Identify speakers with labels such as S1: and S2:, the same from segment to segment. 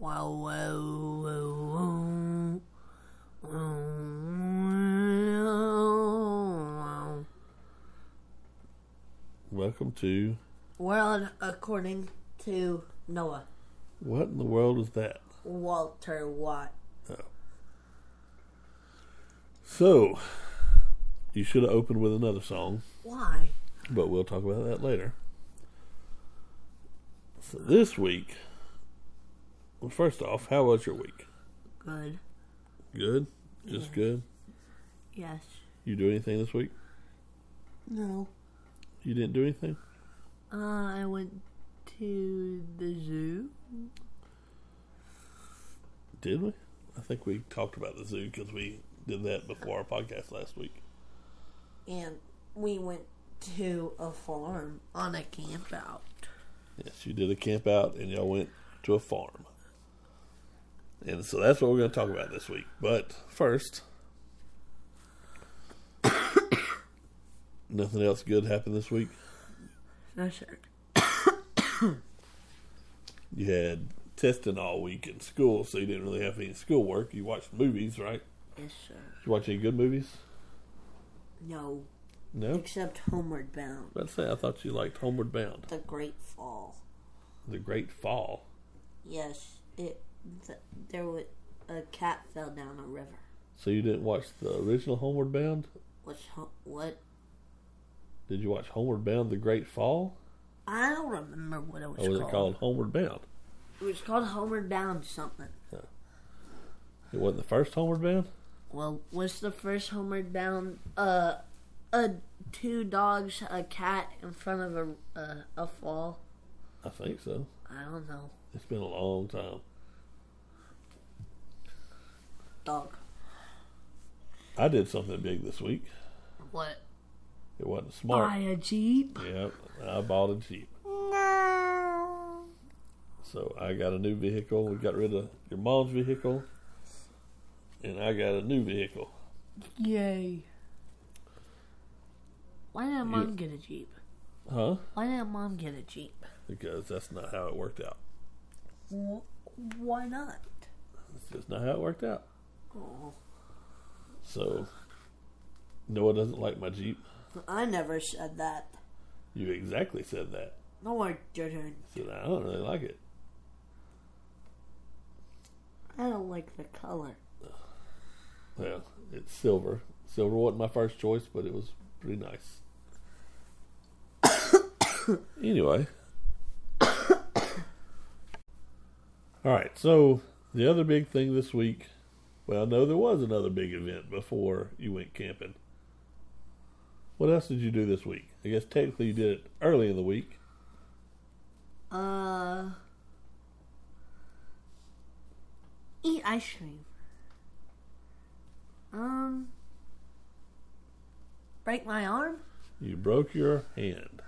S1: Wow, wow, wow, wow.
S2: Welcome to
S1: World according to Noah.
S2: what in the world is that?
S1: Walter Watt.
S2: So, you should have opened with another song,
S1: Why?
S2: but we'll talk about that later. So this week, well, first off, how was your week?
S1: Good.
S2: Good, just good.
S1: Yes.
S2: You do anything this week?
S1: No.
S2: You didn't do anything.
S1: Uh, I went to the zoo.
S2: Did we? I think we talked about the zoo because we did that before our podcast last week.
S1: And we went to a farm on a camp out.
S2: Yes, you did a camp out and y'all went to a farm. And so that's what we're going to talk about this week. But first, nothing else good happened this week.
S1: No shirt.
S2: You had testing all week in school, so you didn't really have any schoolwork. You watched movies, right?
S1: Yes, sir.
S2: Did you watch any good movies?
S1: No.
S2: No?
S1: Except Homeward Bound.
S2: Let's say I thought you liked Homeward Bound,
S1: The Great Fall.
S2: The Great Fall.
S1: Yes, it. Th- there was a cat fell down a river.
S2: So you didn't watch the original Homeward Bound?
S1: Which ho- what?
S2: Did you watch Homeward Bound, The Great Fall?
S1: I don't remember what it was,
S2: Or was
S1: called.
S2: it called Homeward Bound?
S1: It was called Homeward Bound something.
S2: It wasn't the first Homeward Bound?
S1: Well, what's the first Homeward Bound? Uh, uh, two dogs, a cat in front of a uh, a fall.
S2: I think so.
S1: I don't know.
S2: It's been a long time.
S1: Dog.
S2: I did something big this week.
S1: What?
S2: It wasn't
S1: Buy
S2: smart.
S1: a jeep.
S2: Yep, I bought a Jeep.
S1: No.
S2: So I got a new vehicle. We got rid of your mom's vehicle. And I got a new vehicle.
S1: Yay. Why didn't mom
S2: You-
S1: get a jeep?
S2: Huh?
S1: Why didn't mom get a jeep?
S2: Because that's not how it worked out.
S1: Wh- Why not?
S2: That's just not how it worked out.
S1: Oh,
S2: So Noah doesn't like my Jeep.
S1: I never said that.
S2: You exactly said that.
S1: No, I didn't.
S2: Said I don't really like it.
S1: I don't like the color.
S2: Well, it's silver. Silver wasn't my first choice, but it was pretty nice. anyway. All right, so the other big thing this week, well, no, there was another big event before you went camping. What else did you do this week? I guess technically you did it early in the week.
S1: Uh, eat ice cream. Um, break my arm?
S2: You broke your hand.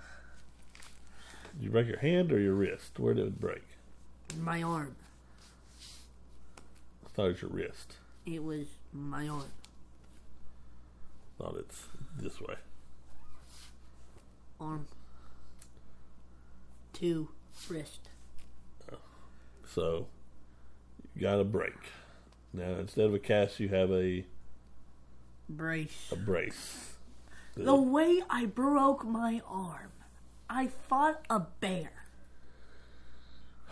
S2: Did you break your hand or your wrist? Where did it break?
S1: My arm.
S2: I thought it was your wrist.
S1: It was my arm.
S2: Thought it's this way.
S1: Arm. Two wrist.
S2: So you got a break. Now instead of a cast, you have a,
S1: Brace.
S2: a brace.
S1: The way I broke my arm, I fought a bear.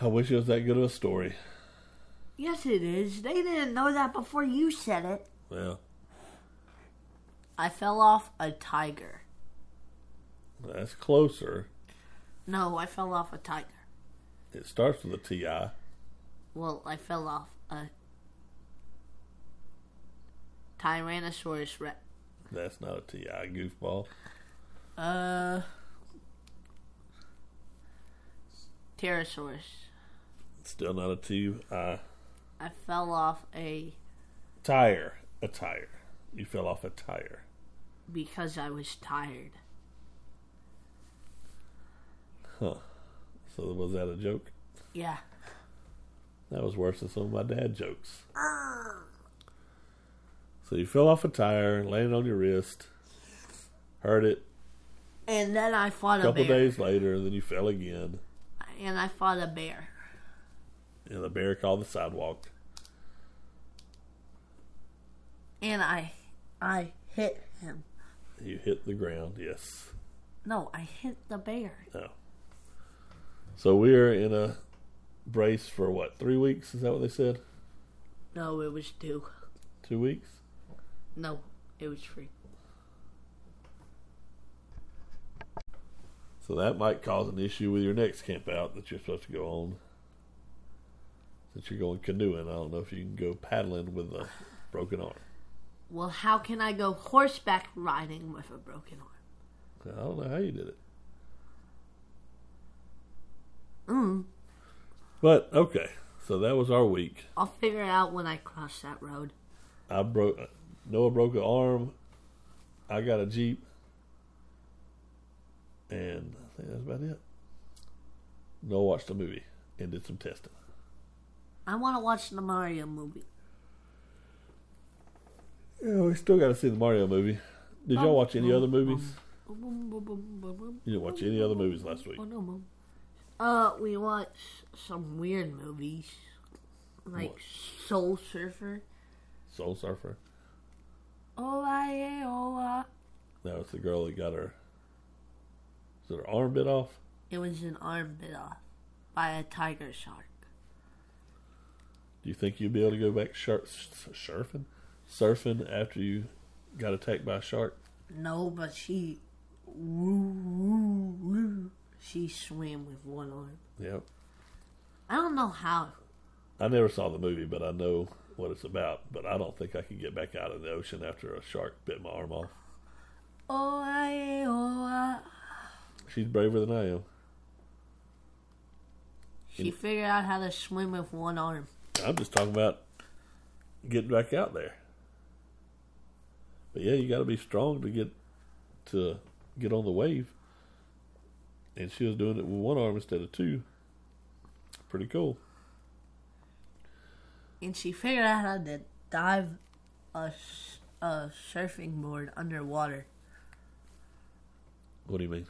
S2: I wish it was that good of a story.
S1: Yes, it is. They didn't know that before you said it.
S2: Well,
S1: I fell off a tiger.
S2: that's closer.
S1: No, I fell off a tiger.
S2: It starts with a T-I.
S1: Well, I fell off a Tyrannosaurus rex.
S2: That's not a T-I, goofball.
S1: Uh. Pterosaurus.
S2: Still not a T-I.
S1: I fell off a.
S2: Tire. A tire. You fell off a tire.
S1: because I was tired.
S2: So was that a joke?
S1: Yeah.
S2: That was worse than some of my dad jokes. So you fell off a tire, landed on your wrist, hurt it.
S1: And then I fought
S2: A couple
S1: a bear.
S2: days later, then you fell again.
S1: And I fought a bear.
S2: and the bear called the sidewalk.
S1: And I, I hit him.
S2: You hit the ground, yes.
S1: No, I hit the bear.
S2: No. So we are in a brace for what, three weeks? Is that what they said?
S1: No, it was two.
S2: Two weeks?
S1: No, it was three.
S2: So that might cause an issue with your next camp out that you're supposed to go on. Since you're going canoeing, I don't know if you can go paddling with a broken arm.
S1: Well, how can I go horseback riding with a broken arm?
S2: I don't know how you did it.
S1: Mm,
S2: But okay, so that was our week.
S1: I'll figure it out when I cross that road.
S2: I broke Noah broke an arm. I got a jeep, and I think that's about it. Noah watched a movie and did some testing.
S1: I want to watch the Mario movie.
S2: Yeah, we still got to see the Mario movie. Did y'all watch any other movies? You didn't watch any other movies last week.
S1: Oh, Uh, we watched some weird movies, like
S2: What?
S1: Soul Surfer.
S2: Soul Surfer.
S1: Oh, I, yeah, oh, I.
S2: No, it's the girl that got her. Is it her arm bit off?
S1: It was an arm bit off by a tiger shark.
S2: Do you think you'd be able to go back shur- s- surfing? Surfing after you got attacked by a shark?
S1: No, but she, woo, woo, woo. She swam with one arm.
S2: Yep.
S1: I don't know how.
S2: I never saw the movie, but I know what it's about. But I don't think I can get back out of the ocean after a shark bit my arm off.
S1: Oh, I, oh, I.
S2: She's braver than I am.
S1: She figured out how to swim with one arm.
S2: I'm just talking about getting back out there. But yeah, you got to be strong to get to get on the wave. And she was doing it with one arm instead of two. Pretty cool.
S1: and she figured out how to dive a, s- a surfing board underwater.
S2: What do you mean?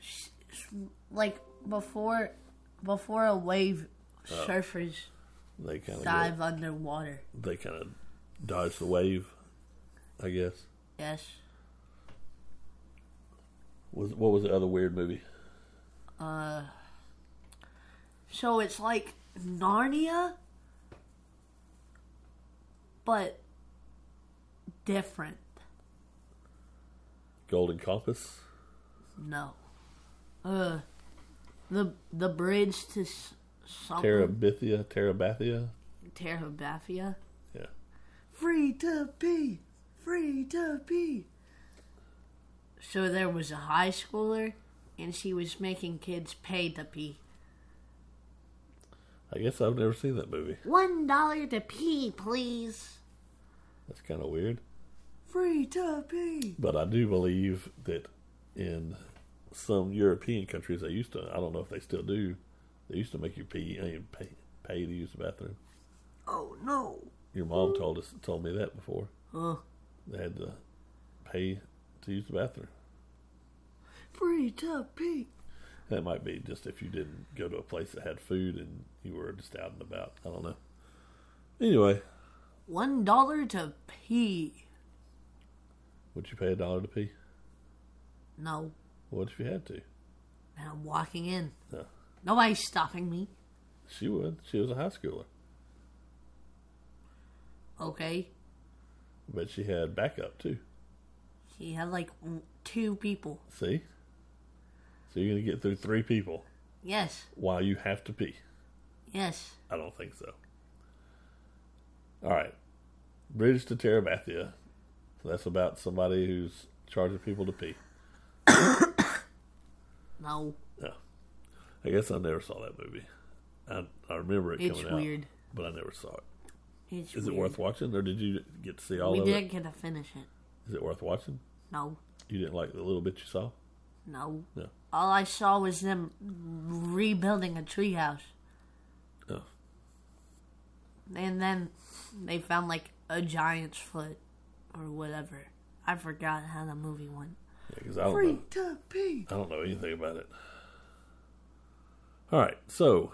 S1: S- s- Like before, before a wave, surfers
S2: They kind
S1: dive
S2: of
S1: underwater.
S2: they kind of dodge the wave, I guess.
S1: Yes.
S2: Was what was the other weird movie?
S1: So it's like Narnia, but different.
S2: Golden Compass.
S1: No. Uh, the the bridge to s- something.
S2: Terabithia, Terabathia.
S1: Terabithia.
S2: Yeah.
S1: Free to be, free to be. So there was a high schooler, and she was making kids pay to pee.
S2: I guess I've never seen that movie.
S1: One dollar to pee, please.
S2: That's kind of weird.
S1: Free to pee.
S2: But I do believe that in some European countries, they used to, I don't know if they still do, they used to make you pee, I mean, pay, pay to use the bathroom.
S1: Oh no.
S2: Your mom told us, told me that before.
S1: Huh.
S2: They had to pay to use the bathroom.
S1: Free to pee.
S2: That might be just if you didn't go to a place that had food and you were just out and about. I don't know. Anyway,
S1: One dollar to pee.
S2: would you pay a dollar to pee?
S1: No,
S2: What if you had to?
S1: and I'm walking in.
S2: No.
S1: Nobody's stopping me.
S2: She would. She was a high schooler.
S1: Okay.
S2: But she had backup too.
S1: She had like w- two people.
S2: See? So you're going to get through three people
S1: Yes.
S2: while you have to pee.
S1: Yes.
S2: I don't think so. All right. Bridge to Terabathia. So that's about somebody who's charging people to pee.
S1: No.
S2: No. I guess I never saw that movie. I, I remember it
S1: It's
S2: coming out.
S1: weird.
S2: But I never saw it.
S1: It's
S2: Is it
S1: weird.
S2: worth watching or did you get to see all
S1: We
S2: of
S1: didn't get to finish it.
S2: it? Is it worth watching?
S1: No.
S2: You didn't like the little bit you saw?
S1: No.
S2: No.
S1: All I saw was them rebuilding a treehouse,
S2: No.
S1: and then they found like a giant's foot or whatever. I forgot how the movie went.
S2: Yeah, 'cause I don't know.
S1: to pee.
S2: I don't know anything about it. All right, so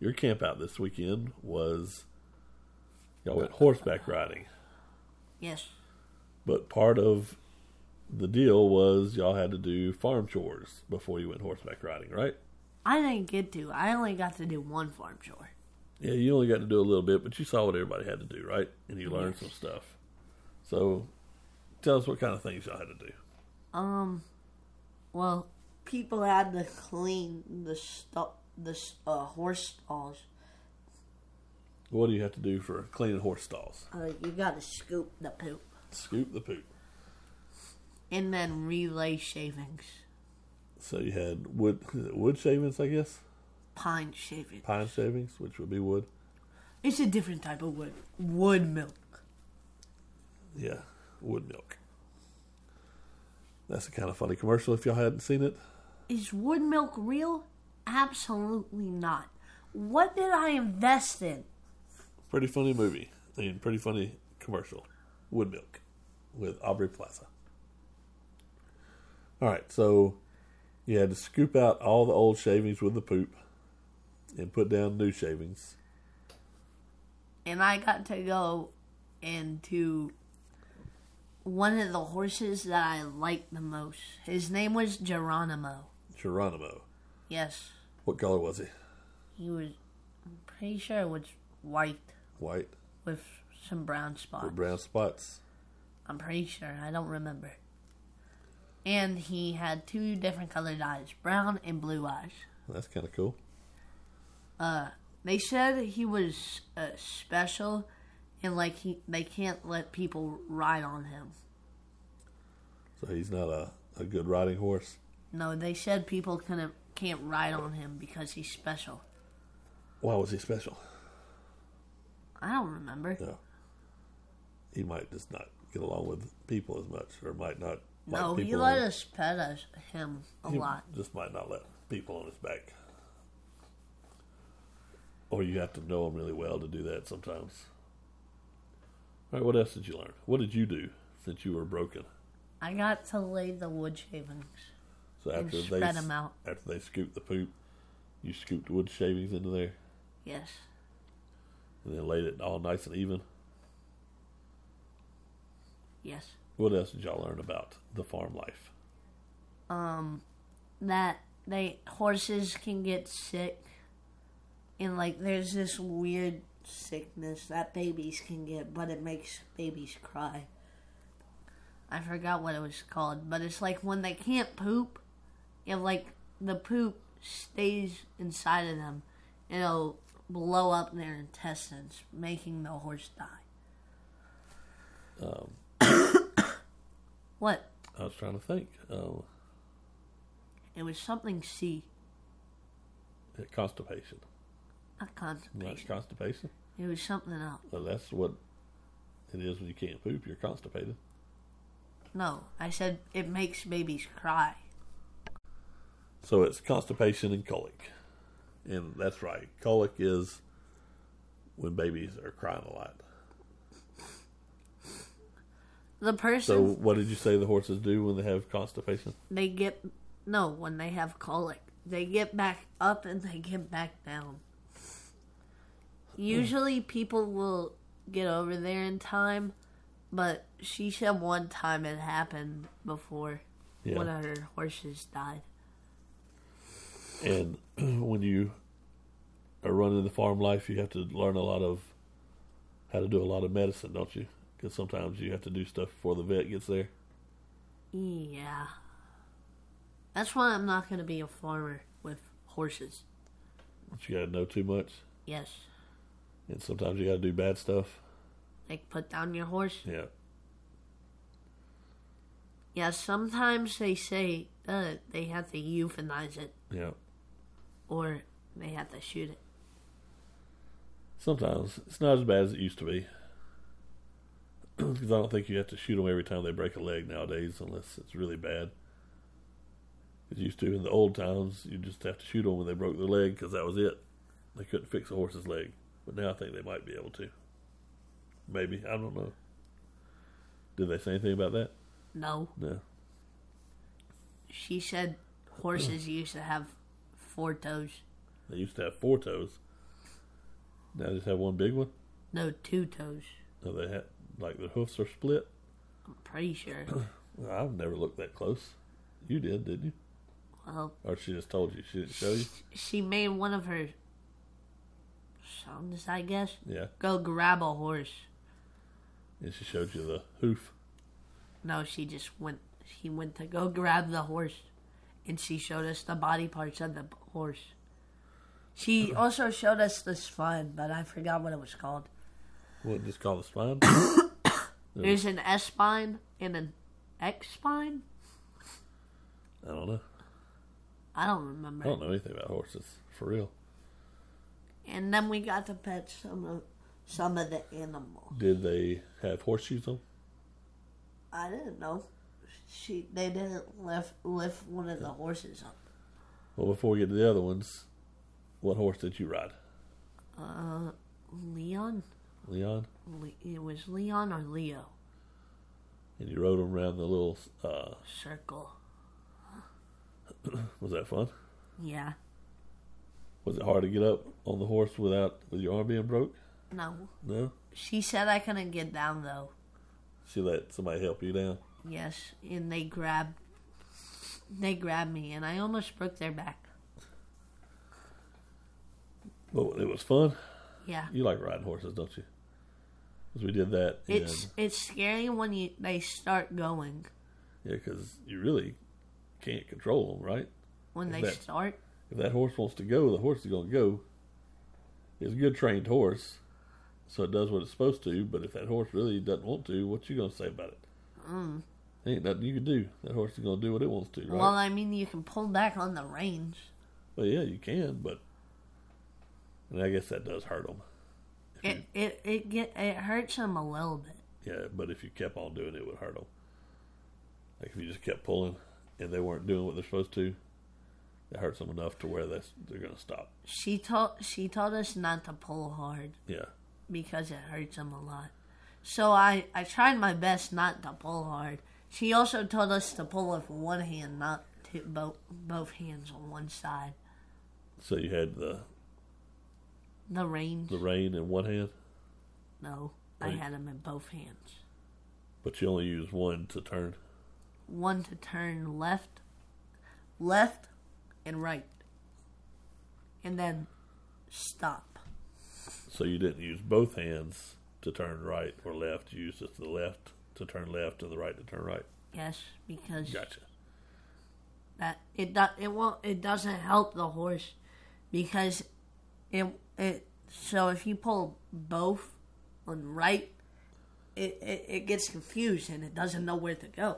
S2: Your camp out this weekend was y'all went horseback riding,
S1: Yes.
S2: but part of the deal was y'all had to do farm chores before you went horseback riding, right?
S1: I didn't get to. I only got to do one farm chore.
S2: Yeah, you only got to do a little bit, but you saw what everybody had to do, right? And you learned some stuff. So tell us what kind of things y'all had to do.
S1: Um, well, people had to clean the stu- the s- uh, horse stalls.
S2: What do you have to do for cleaning horse stalls?
S1: Uh, you got to scoop the poop
S2: Scoop the poop.
S1: and then relay shavings,
S2: So you had wood wood shavings, I guess,
S1: pine shavings.
S2: pine shavings, which would be wood.
S1: It's a different type of wood. Wood milk.
S2: Yeah, wood milk. That's a kind of funny commercial if y'all hadn't seen it.
S1: Is wood milk real? Absolutely not. What did I invest in?
S2: Pretty funny movie I mean, pretty funny commercial. Wood milk with Aubrey Plaza. All right, so you had to scoop out all the old shavings with the poop and put down new shavings.
S1: and I got to go into one of the horses that I liked the most. His name was Geronimo.
S2: Geronimo.
S1: Yes,
S2: What color was he?
S1: he was. I'm pretty sure it was white
S2: White
S1: with some brown
S2: or
S1: spots.
S2: brown spots?
S1: I'm pretty sure. I don't remember. And he had two different colored eyes, brown and blue eyes.
S2: That's kind of cool.
S1: They said he was uh, special, and like he, they can't let people ride on him.
S2: So he's not a, a good riding horse.
S1: No, they said people couldn't can't ride on him because he's special.
S2: Why was he special?
S1: I don't remember.
S2: No. He might just not get along with people as much, or might not. like
S1: no, he
S2: people
S1: let
S2: on-
S1: us pet us him a
S2: he
S1: lot.
S2: Just might not let people on his back. Or you have to know him really well to do that sometimes. All right, what else did you learn? What did you do since you were broken?
S1: I got to lay the wood shavings.
S2: So
S1: And
S2: after they
S1: spread
S2: s-
S1: 'em out.
S2: after they scooped the poop, you scooped wood shavings into there
S1: Yes,
S2: and then laid it all nice and even.
S1: yes.
S2: What else did y'all learn about the farm life?
S1: That they horses can get sick, and like there's this weird sickness that babies can get, but it makes babies cry. I forgot what it was called, but it's like when they can't poop, it like the poop stays inside of them, and it'll blow up their intestines, making the horse die. what?
S2: I was trying to think. Um,
S1: It was something C,
S2: constipation.
S1: not
S2: That's
S1: constipation.
S2: constipation.
S1: It was something else.
S2: Well, that's what it is when you can't poop. You're constipated.
S1: No, I said it makes babies cry.
S2: So it's constipation and colic. And that's right. Colic is when babies are crying a lot.
S1: The person
S2: So what did you say the horses do when they have constipation?
S1: they get no when they have colic they get back up and they get back down usually people will get over there in time but she said one time it happened before
S2: Yeah.
S1: one of her horses died
S2: And when you are running the farm life, you have to learn a lot of how to do a lot of medicine, don't you? Because sometimes you have to do stuff before the vet gets there.
S1: yeah that's why i'm not going to be a farmer with horses
S2: But you got to know too much.
S1: yes
S2: And sometimes you got to do bad stuff.
S1: like put down your horse
S2: Yeah.
S1: yeah sometimes they say uh, they have to euthanize it
S2: Yeah.
S1: or they have to shoot it
S2: Sometimes it's not as bad as it used to be. Because I don't think you have to shoot them every time they break a leg nowadays, unless it's really bad. It used to in the old times, you just have to shoot them when they broke their leg because that was it. They couldn't fix a horse's leg, but now I think they might be able to. Maybe I don't know. Did they say anything about that?
S1: no
S2: No.
S1: She said horses used to have four toes.
S2: They used to have four toes. Now just have one big one.
S1: No, two toes.
S2: No, they have like their hoofs are split.
S1: I'm pretty sure.
S2: Well, I've never looked that close. You did, didn't you?
S1: well,
S2: Or she just told you she didn't show you?
S1: she made one of her sons, I guess,
S2: Yeah,
S1: go grab a horse.
S2: and she showed you the hoof.
S1: No, she just went. She went to go grab the horse, and she showed us the body parts of the b- horse. She also showed us the spine, but I forgot what it was called.
S2: Wouldn't just call the spine.
S1: There's an S spine and an X spine.
S2: I don't know.
S1: I don't
S2: I
S1: remember.
S2: don't know anything about horses for real.
S1: And then we got to pet some of some of the animals.
S2: Did they have horseshoes on?
S1: I didn't know. She they didn't lift lift one of the horses up.
S2: Well, before we get to the other ones, what horse did you ride?
S1: Leon,
S2: Leon.
S1: Le- it was Leon or Leo
S2: And you rode him around the little. Uh,
S1: circle.
S2: was that fun?
S1: Yeah.
S2: Was it hard to get up on the horse without with your arm being broke?
S1: No.
S2: No.
S1: She said I couldn't get down though.
S2: She let somebody help you down.
S1: Yes, and they grabbed they grabbed me and I almost broke their back.
S2: But it was fun.
S1: Yeah.
S2: You like riding horses, don't you? Because we did that. In,
S1: It's it's scary when you they start going.
S2: yeah, because you really can't control them, right?
S1: When they
S2: Bet.
S1: start,
S2: If that horse wants to go, the horse is going to go. It's a good trained horse, so it does what it's supposed to. But if that horse really doesn't want to, what you going to say about it? Mm. Ain't nothing you can do. That horse is going to do what it wants to, right?
S1: well, I mean, you can pull back on the reins.
S2: Well, yeah, you can, but and I guess that does hurt them.
S1: It it it get it hurts them a little bit.
S2: Yeah, but if you kept on doing it, it would hurt them. Like if you just kept pulling and they weren't doing what they're supposed to, it hurts them enough to where that's, they're going to stop.
S1: She told she told us not to pull hard
S2: Yeah,
S1: because it hurts them a lot. So I I tried my best not to pull hard. She also told us to pull with one hand, not two, both both hands on one side.
S2: so you had the
S1: The reins.
S2: the rein in one hand,
S1: No, I
S2: Right.
S1: had them in both hands.
S2: but you only used one to turn.
S1: One to turn left, left, and right, and then stop.
S2: So you didn't use both hands to turn right or left. You used just the left to turn left and the right to turn right.
S1: Yes, because
S2: Gotcha.
S1: that it do, it won't it doesn't help the horse because it it so if you pull both on right it, it, it gets confused and it doesn't know where to go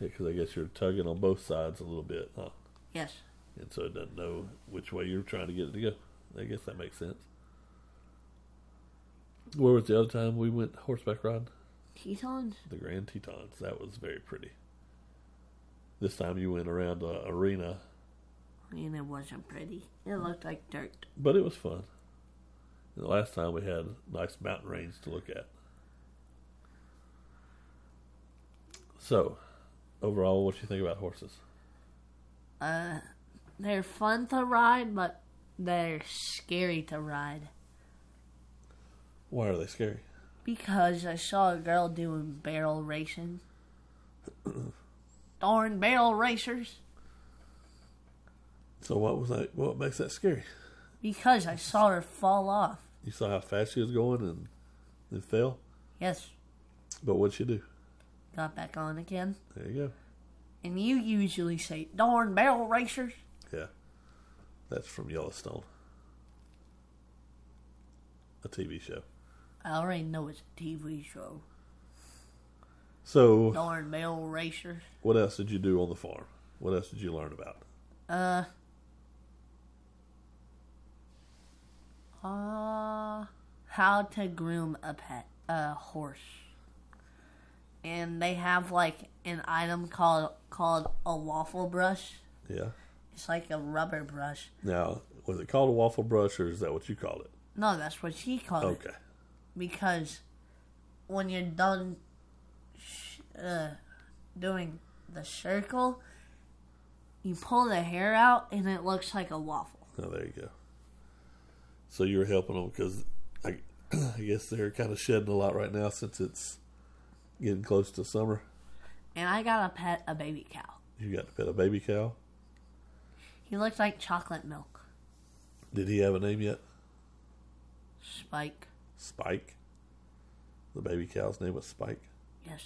S2: Because I guess you're tugging on both sides a little bit, huh?
S1: yes
S2: And so it doesn't know which way you're trying to get it to go. I guess that makes sense. Where was the other time we went horseback riding?
S1: tetons
S2: The Grand Tetons. That was very pretty. This time you went around the arena,
S1: I mean it wasn't pretty it looked like dirt
S2: but it was fun. And the last time we had a nice mountain range to look at. So, overall, what you think about horses?
S1: they're fun to ride but they're scary to ride
S2: Why are they scary?
S1: because I saw a girl doing barrel racing darn barrel racers
S2: So what was that? What makes that scary?
S1: because I saw her fall off
S2: You saw how fast she was going and then fell.
S1: yes
S2: But what'd she do?
S1: got back on again.
S2: There you
S1: And you usually say, darn barrel racers.
S2: go. Yeah. That's from Yellowstone. A TV show.
S1: I already know it's a TV show.
S2: So,
S1: Darn barrel racers.
S2: what else did you do on the farm? What else did you learn about?
S1: Uh, how to groom a pet, a horse. And they have like an item called called a waffle brush.
S2: Yeah.
S1: It's like a rubber brush.
S2: Now, was it called a waffle brush or is that what you called it?
S1: No, that's what she called it.
S2: Okay.
S1: because when you're done sh- uh, doing the circle, you pull the hair out and it looks like a waffle.
S2: Oh, there you go. So you were helping them because I, I guess they're kind of shedding a lot right now since it's getting close to summer.
S1: And I got a pet a baby cow.
S2: You got to pet a baby cow.
S1: He looked like chocolate milk.
S2: Did he have a name yet?
S1: Spike.
S2: Spike. The baby cow's name was Spike.
S1: Yes.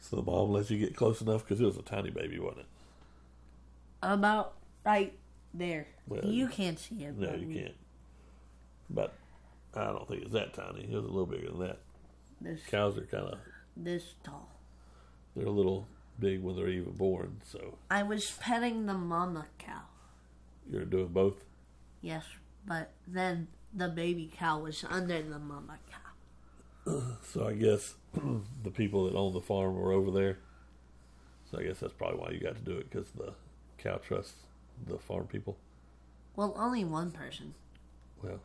S2: So the mom lets you get close enough because it was a tiny baby, wasn't it?
S1: About right there.
S2: Well,
S1: you can't see him.
S2: No,
S1: but
S2: you
S1: we-
S2: can't. But I don't think it's that tiny. It was a little bigger than that.
S1: This
S2: Cows are kind of
S1: this tall.
S2: they're a little big when they're even born. So
S1: I was petting the mama cow.
S2: you're doing both.
S1: Yes, but then the baby cow was under the mama cow.
S2: So I guess the people that own the farm were over there. So I guess that's probably why you got to do it because the cow trusts the farm people.
S1: Well, only one person.
S2: Well,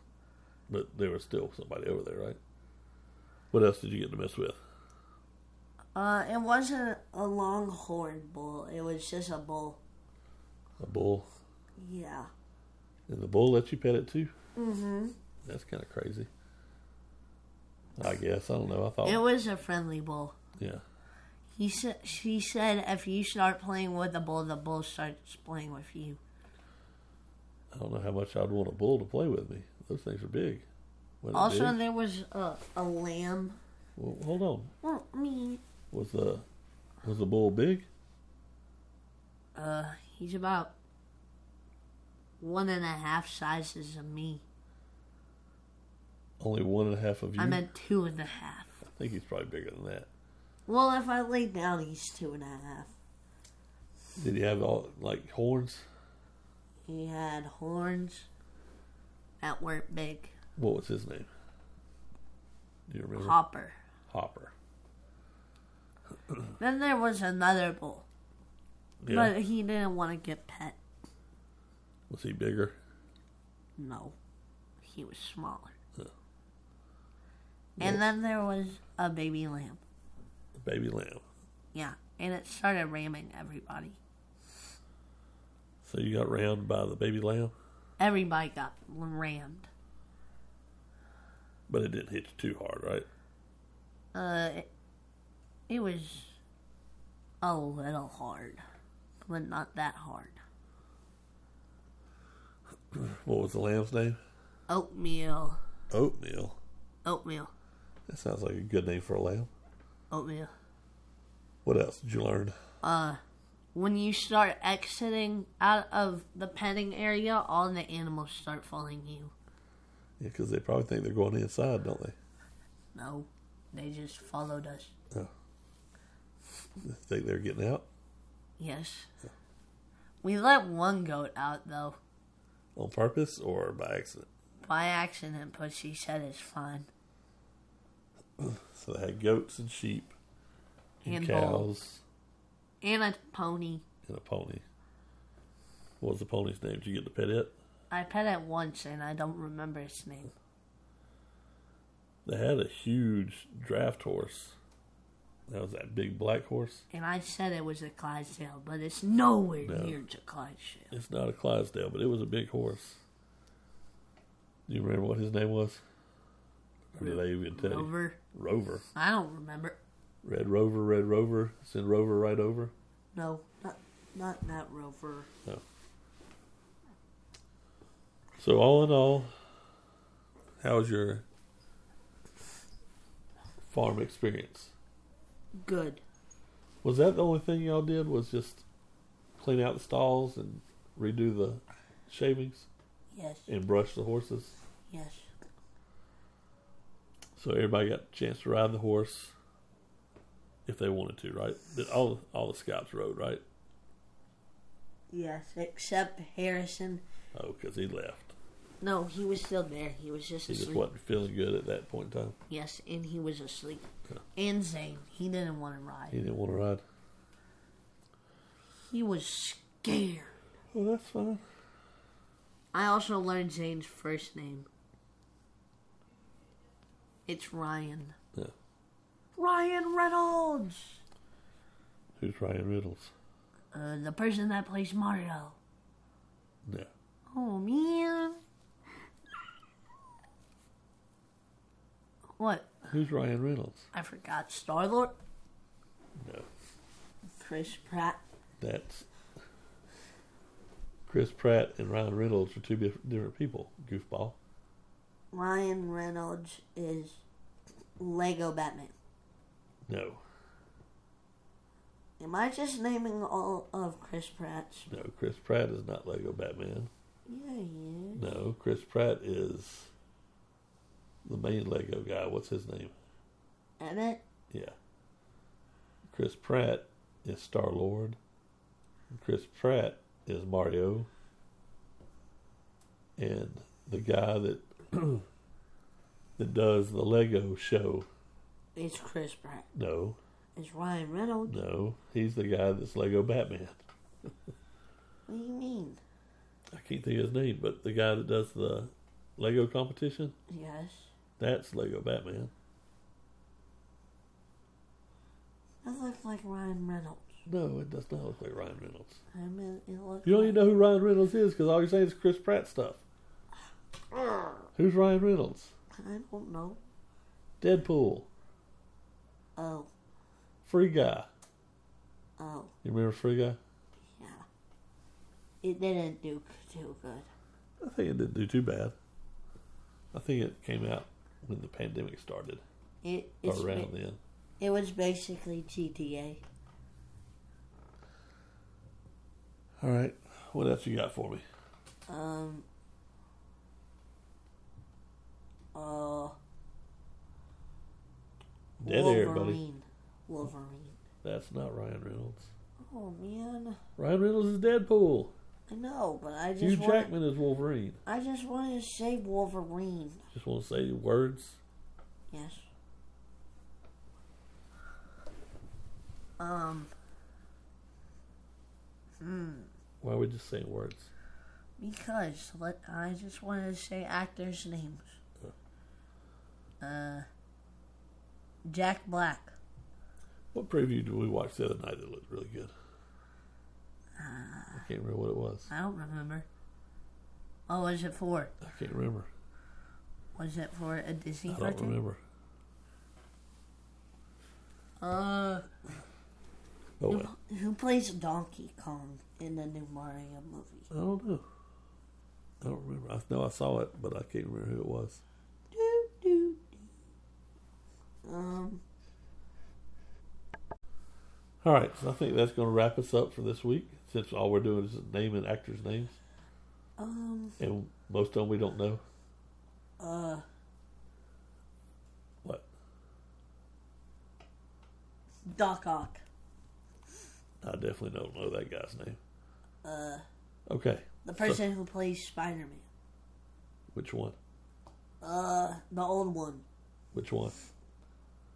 S2: but there was still somebody over there, right? What else did you get to mess with?
S1: Uh, it wasn't a longhorn bull. It was just a bull.
S2: A bull.
S1: Yeah.
S2: And the bull lets you pet it too? Mm
S1: Mm-hmm.
S2: hmm. That's kind of crazy. I guess. I don't know. I thought.
S1: It was a friendly bull.
S2: yeah.
S1: He said, she said, if you start playing with the bull, the bull starts playing with you.
S2: I don't know how much I'd want a bull to play with me. Those things are big. Wasn't it
S1: Also,
S2: big?
S1: there was a, a lamb.
S2: Well, hold on.
S1: Well, me.
S2: Was the was the bull big?
S1: Uh, he's about one and a half sizes of me.
S2: Only one and a half of you.
S1: I meant two and a half.
S2: I think he's probably bigger than that.
S1: Well, if I lay down, he's two and a half.
S2: Did he have all like horns?
S1: He had horns that weren't big.
S2: What was his name? Do you remember?
S1: Hopper.
S2: Hopper.
S1: Then there was another bull,
S2: Yeah.
S1: but he didn't want to get pet.
S2: Was he bigger?
S1: No, he was smaller. And then there was a baby lamb.
S2: Baby lamb.
S1: Yeah, and it started ramming everybody.
S2: So you got round by the baby lamb,
S1: Everybody got rammed.
S2: but it didn't hit you too hard, right?
S1: Uh, it, it was a little hard, but not that hard.
S2: What was the lamb's name?
S1: Oatmeal,
S2: Oatmeal.
S1: oatmeal,
S2: That sounds like a good name for a lamb.
S1: oatmeal.
S2: What else did you learn?
S1: When you start exiting out of the petting area, all the animals start following you.
S2: Because they probably think they're going inside, don't they?
S1: No, they just followed us.
S2: Oh. They think they're getting out
S1: Yes. We let one goat out though,
S2: on purpose or by accident.
S1: by accident, but she said it's fine.
S2: So they had goats and sheep and,
S1: And
S2: cows
S1: bull. And a pony.
S2: and a pony. What was the pony's name? Did you get to pet it?
S1: I pet it once and I don't remember its name.
S2: They had a huge draft horse. That was that big black horse.
S1: And I said it was a Clydesdale, but it's nowhere
S2: No.
S1: near to Clydesdale.
S2: It's not a Clydesdale, but it was a big horse. Do you remember what his name was? Or did I even tell you?
S1: Rover?
S2: Rover.
S1: I don't remember.
S2: Red Rover, Red Rover. Send Rover right over.
S1: No, not not that Rover.
S2: No. So all in all, how was your farm experience?
S1: Good.
S2: Was that the only thing y'all did? Was just clean out the stalls and redo the shavings
S1: Yes.
S2: and brush the horses?
S1: Yes.
S2: So everybody got a chance to ride the horse if they wanted to, right? But All all the scouts rode, right?
S1: Yes. Except Harrison.
S2: Oh, because he left.
S1: No, he was still there. He was just
S2: He
S1: asleep.
S2: just wasn't feeling good at that point in time.
S1: Yes, and he was asleep.
S2: Yeah.
S1: And Zane, he didn't want to ride.
S2: He didn't want to ride.
S1: He was scared.
S2: Well, that's fine.
S1: I also learned Zane's first name. It's Ryan.
S2: Yeah.
S1: Ryan Reynolds.
S2: Who's Ryan Riddles?
S1: Uh, the person that plays Mario.
S2: No.
S1: Oh man,
S2: Who's Ryan Reynolds?
S1: I forgot Star Lord,
S2: No,
S1: Chris Pratt.
S2: that's Chris Pratt and Ryan Reynolds are two bif- different people. Goofball.
S1: Ryan Reynolds is Lego Batman.
S2: No,
S1: Am I just naming all of Chris Pratt's?
S2: no, Chris Pratt is not Lego Batman.
S1: Yeah, yeah.
S2: No, Chris Pratt is the main Lego guy. What's his name?
S1: Emmett?
S2: Yeah. Chris Pratt is Star Lord. Chris Pratt is Mario. And the guy that that does the Lego show.
S1: It's Chris Pratt.
S2: No,
S1: It's Ryan Reynolds.
S2: no, he's the guy that's Lego Batman.
S1: What do you mean?
S2: I can't think of his name, but the guy that does the Lego competition,
S1: Yes.
S2: that's Lego Batman.
S1: That looks like Ryan Reynolds.
S2: No, it does not look like Ryan Reynolds.
S1: I mean, it looks.
S2: You don't
S1: like...
S2: even know who Ryan Reynolds is because all you're saying is Chris Pratt stuff. Who's Ryan Reynolds?
S1: I don't know.
S2: Deadpool,
S1: Oh,
S2: Free Guy.
S1: oh,
S2: You remember Free Guy?
S1: yeah. It didn't do too good.
S2: I think it didn't do too bad. I think it came out when the pandemic started,
S1: It
S2: or
S1: it's
S2: around
S1: ba-
S2: then.
S1: it was basically GTA.
S2: All right, what else you got for me?
S1: Um. Uh.
S2: Dead air, buddy.
S1: Wolverine. Wolverine.
S2: That's not Ryan Reynolds.
S1: Oh man,
S2: Ryan Reynolds is Deadpool.
S1: I know, but I
S2: Hugh
S1: just want
S2: Jackman is Wolverine.
S1: I just want to say Wolverine.
S2: Just want to say the words.
S1: Yes. Um. Hmm.
S2: Why are we just saying words?
S1: Because let I just wanted to say actors' names. Uh, Jack Black.
S2: What preview did we watch the other night that looked really good? I can't remember what it was.
S1: I don't remember. What was it for?
S2: I can't remember.
S1: Was it for a Disney
S2: I don't
S1: cartoon?
S2: remember.
S1: Uh,
S2: Oh
S1: who,
S2: well,
S1: who plays Donkey Kong in the new Mario movie?
S2: I don't know. I don't remember. I know I saw it, but I can't remember who it was.
S1: Do, do, do. Um,
S2: All right, so I think that's going to wrap us up for this week. Since all we're doing is naming actors' names,
S1: um,
S2: and most of them we don't know.
S1: uh,
S2: What?
S1: Doc Ock.
S2: I definitely don't know that guy's name.
S1: Uh,
S2: Okay,
S1: the
S2: so-
S1: person who plays Spider Man.
S2: which one?
S1: Uh, the old one.
S2: Which one?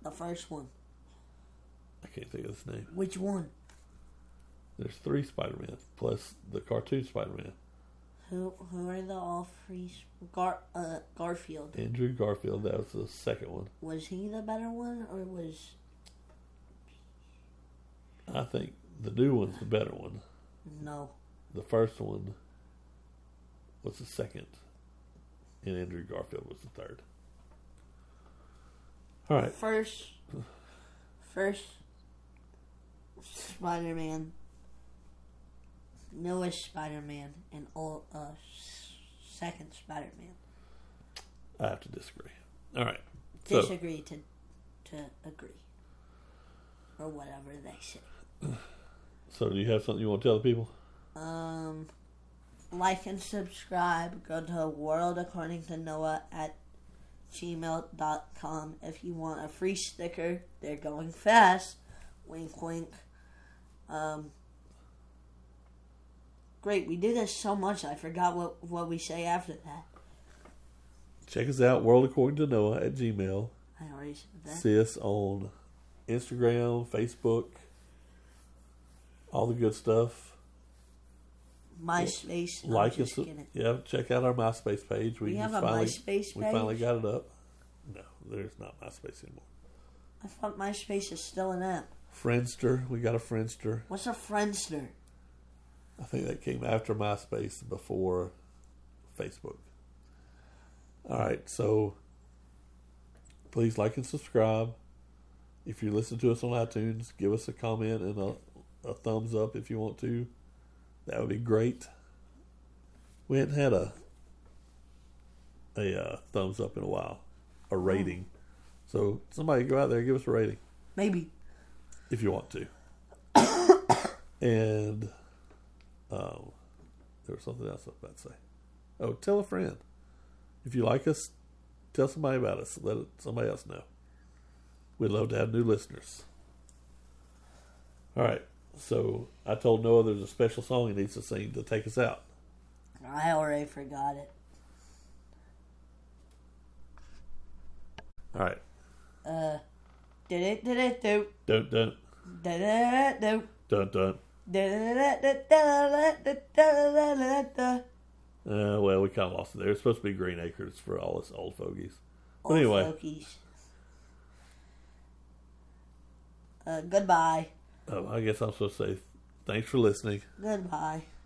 S1: The first one.
S2: I can't think of his name.
S1: Which one?
S2: There's three Spider-Man plus the cartoon Spider-Man.
S1: Who who are the all three? Sp- Gar uh Garfield
S2: Andrew Garfield. That was the second one.
S1: was he the better one or was
S2: I think the new one's the better one.
S1: no?
S2: The first one was the second, and Andrew Garfield was the third. All right.
S1: First, first Spider Man, newest Spider Man, and all uh s- second Spider Man.
S2: I have to disagree. All right. So,
S1: Disagree to to agree or whatever they say.
S2: so do you have something you want to tell the people?
S1: Um, like and subscribe. Go to World According to Noah at gmail.com if you want a free sticker. They're going fast. Wink, wink. Um, great. We do this so much, I forgot what, what we say after that.
S2: Check us out, World According to Noah at Gmail.
S1: I already said that.
S2: See us on Instagram, Facebook, all the good stuff.
S1: MySpace. I'm
S2: Like
S1: just
S2: us.
S1: kidding.
S2: Yeah, check out our MySpace page.
S1: We have
S2: just
S1: a MySpace
S2: We finally
S1: page?
S2: got it up. No, there's not MySpace anymore.
S1: I thought MySpace is still an app.
S2: Friendster. We got a Friendster.
S1: What's a Friendster?
S2: I think that came after MySpace, before Facebook. All right, so Please like and subscribe. If you listen to us on iTunes, give us a comment and a, a thumbs up if you want to. That would be great. We hadn't had a a uh, thumbs up in a while, a rating. So somebody go out there and give us a rating
S1: Maybe.
S2: if you want to. and um, there was something else I was about to say. Oh, tell a friend. If you like us, tell somebody about us. Let it- somebody else know. We'd love to have new listeners. All right. So I told Noah there's a special song he needs to sing to take us out.
S1: I already forgot it.
S2: All right.
S1: Did it, did it, do.
S2: Dun dun
S1: Did it, do.
S2: dun dun.
S1: Anyway,
S2: Uh, well, we kind of lost it there. It's supposed to be Green Acres for all us old fogies. But anyway,
S1: Uh, goodbye. Uh,
S2: um, I guess I'm supposed to say thanks for listening.
S1: Goodbye.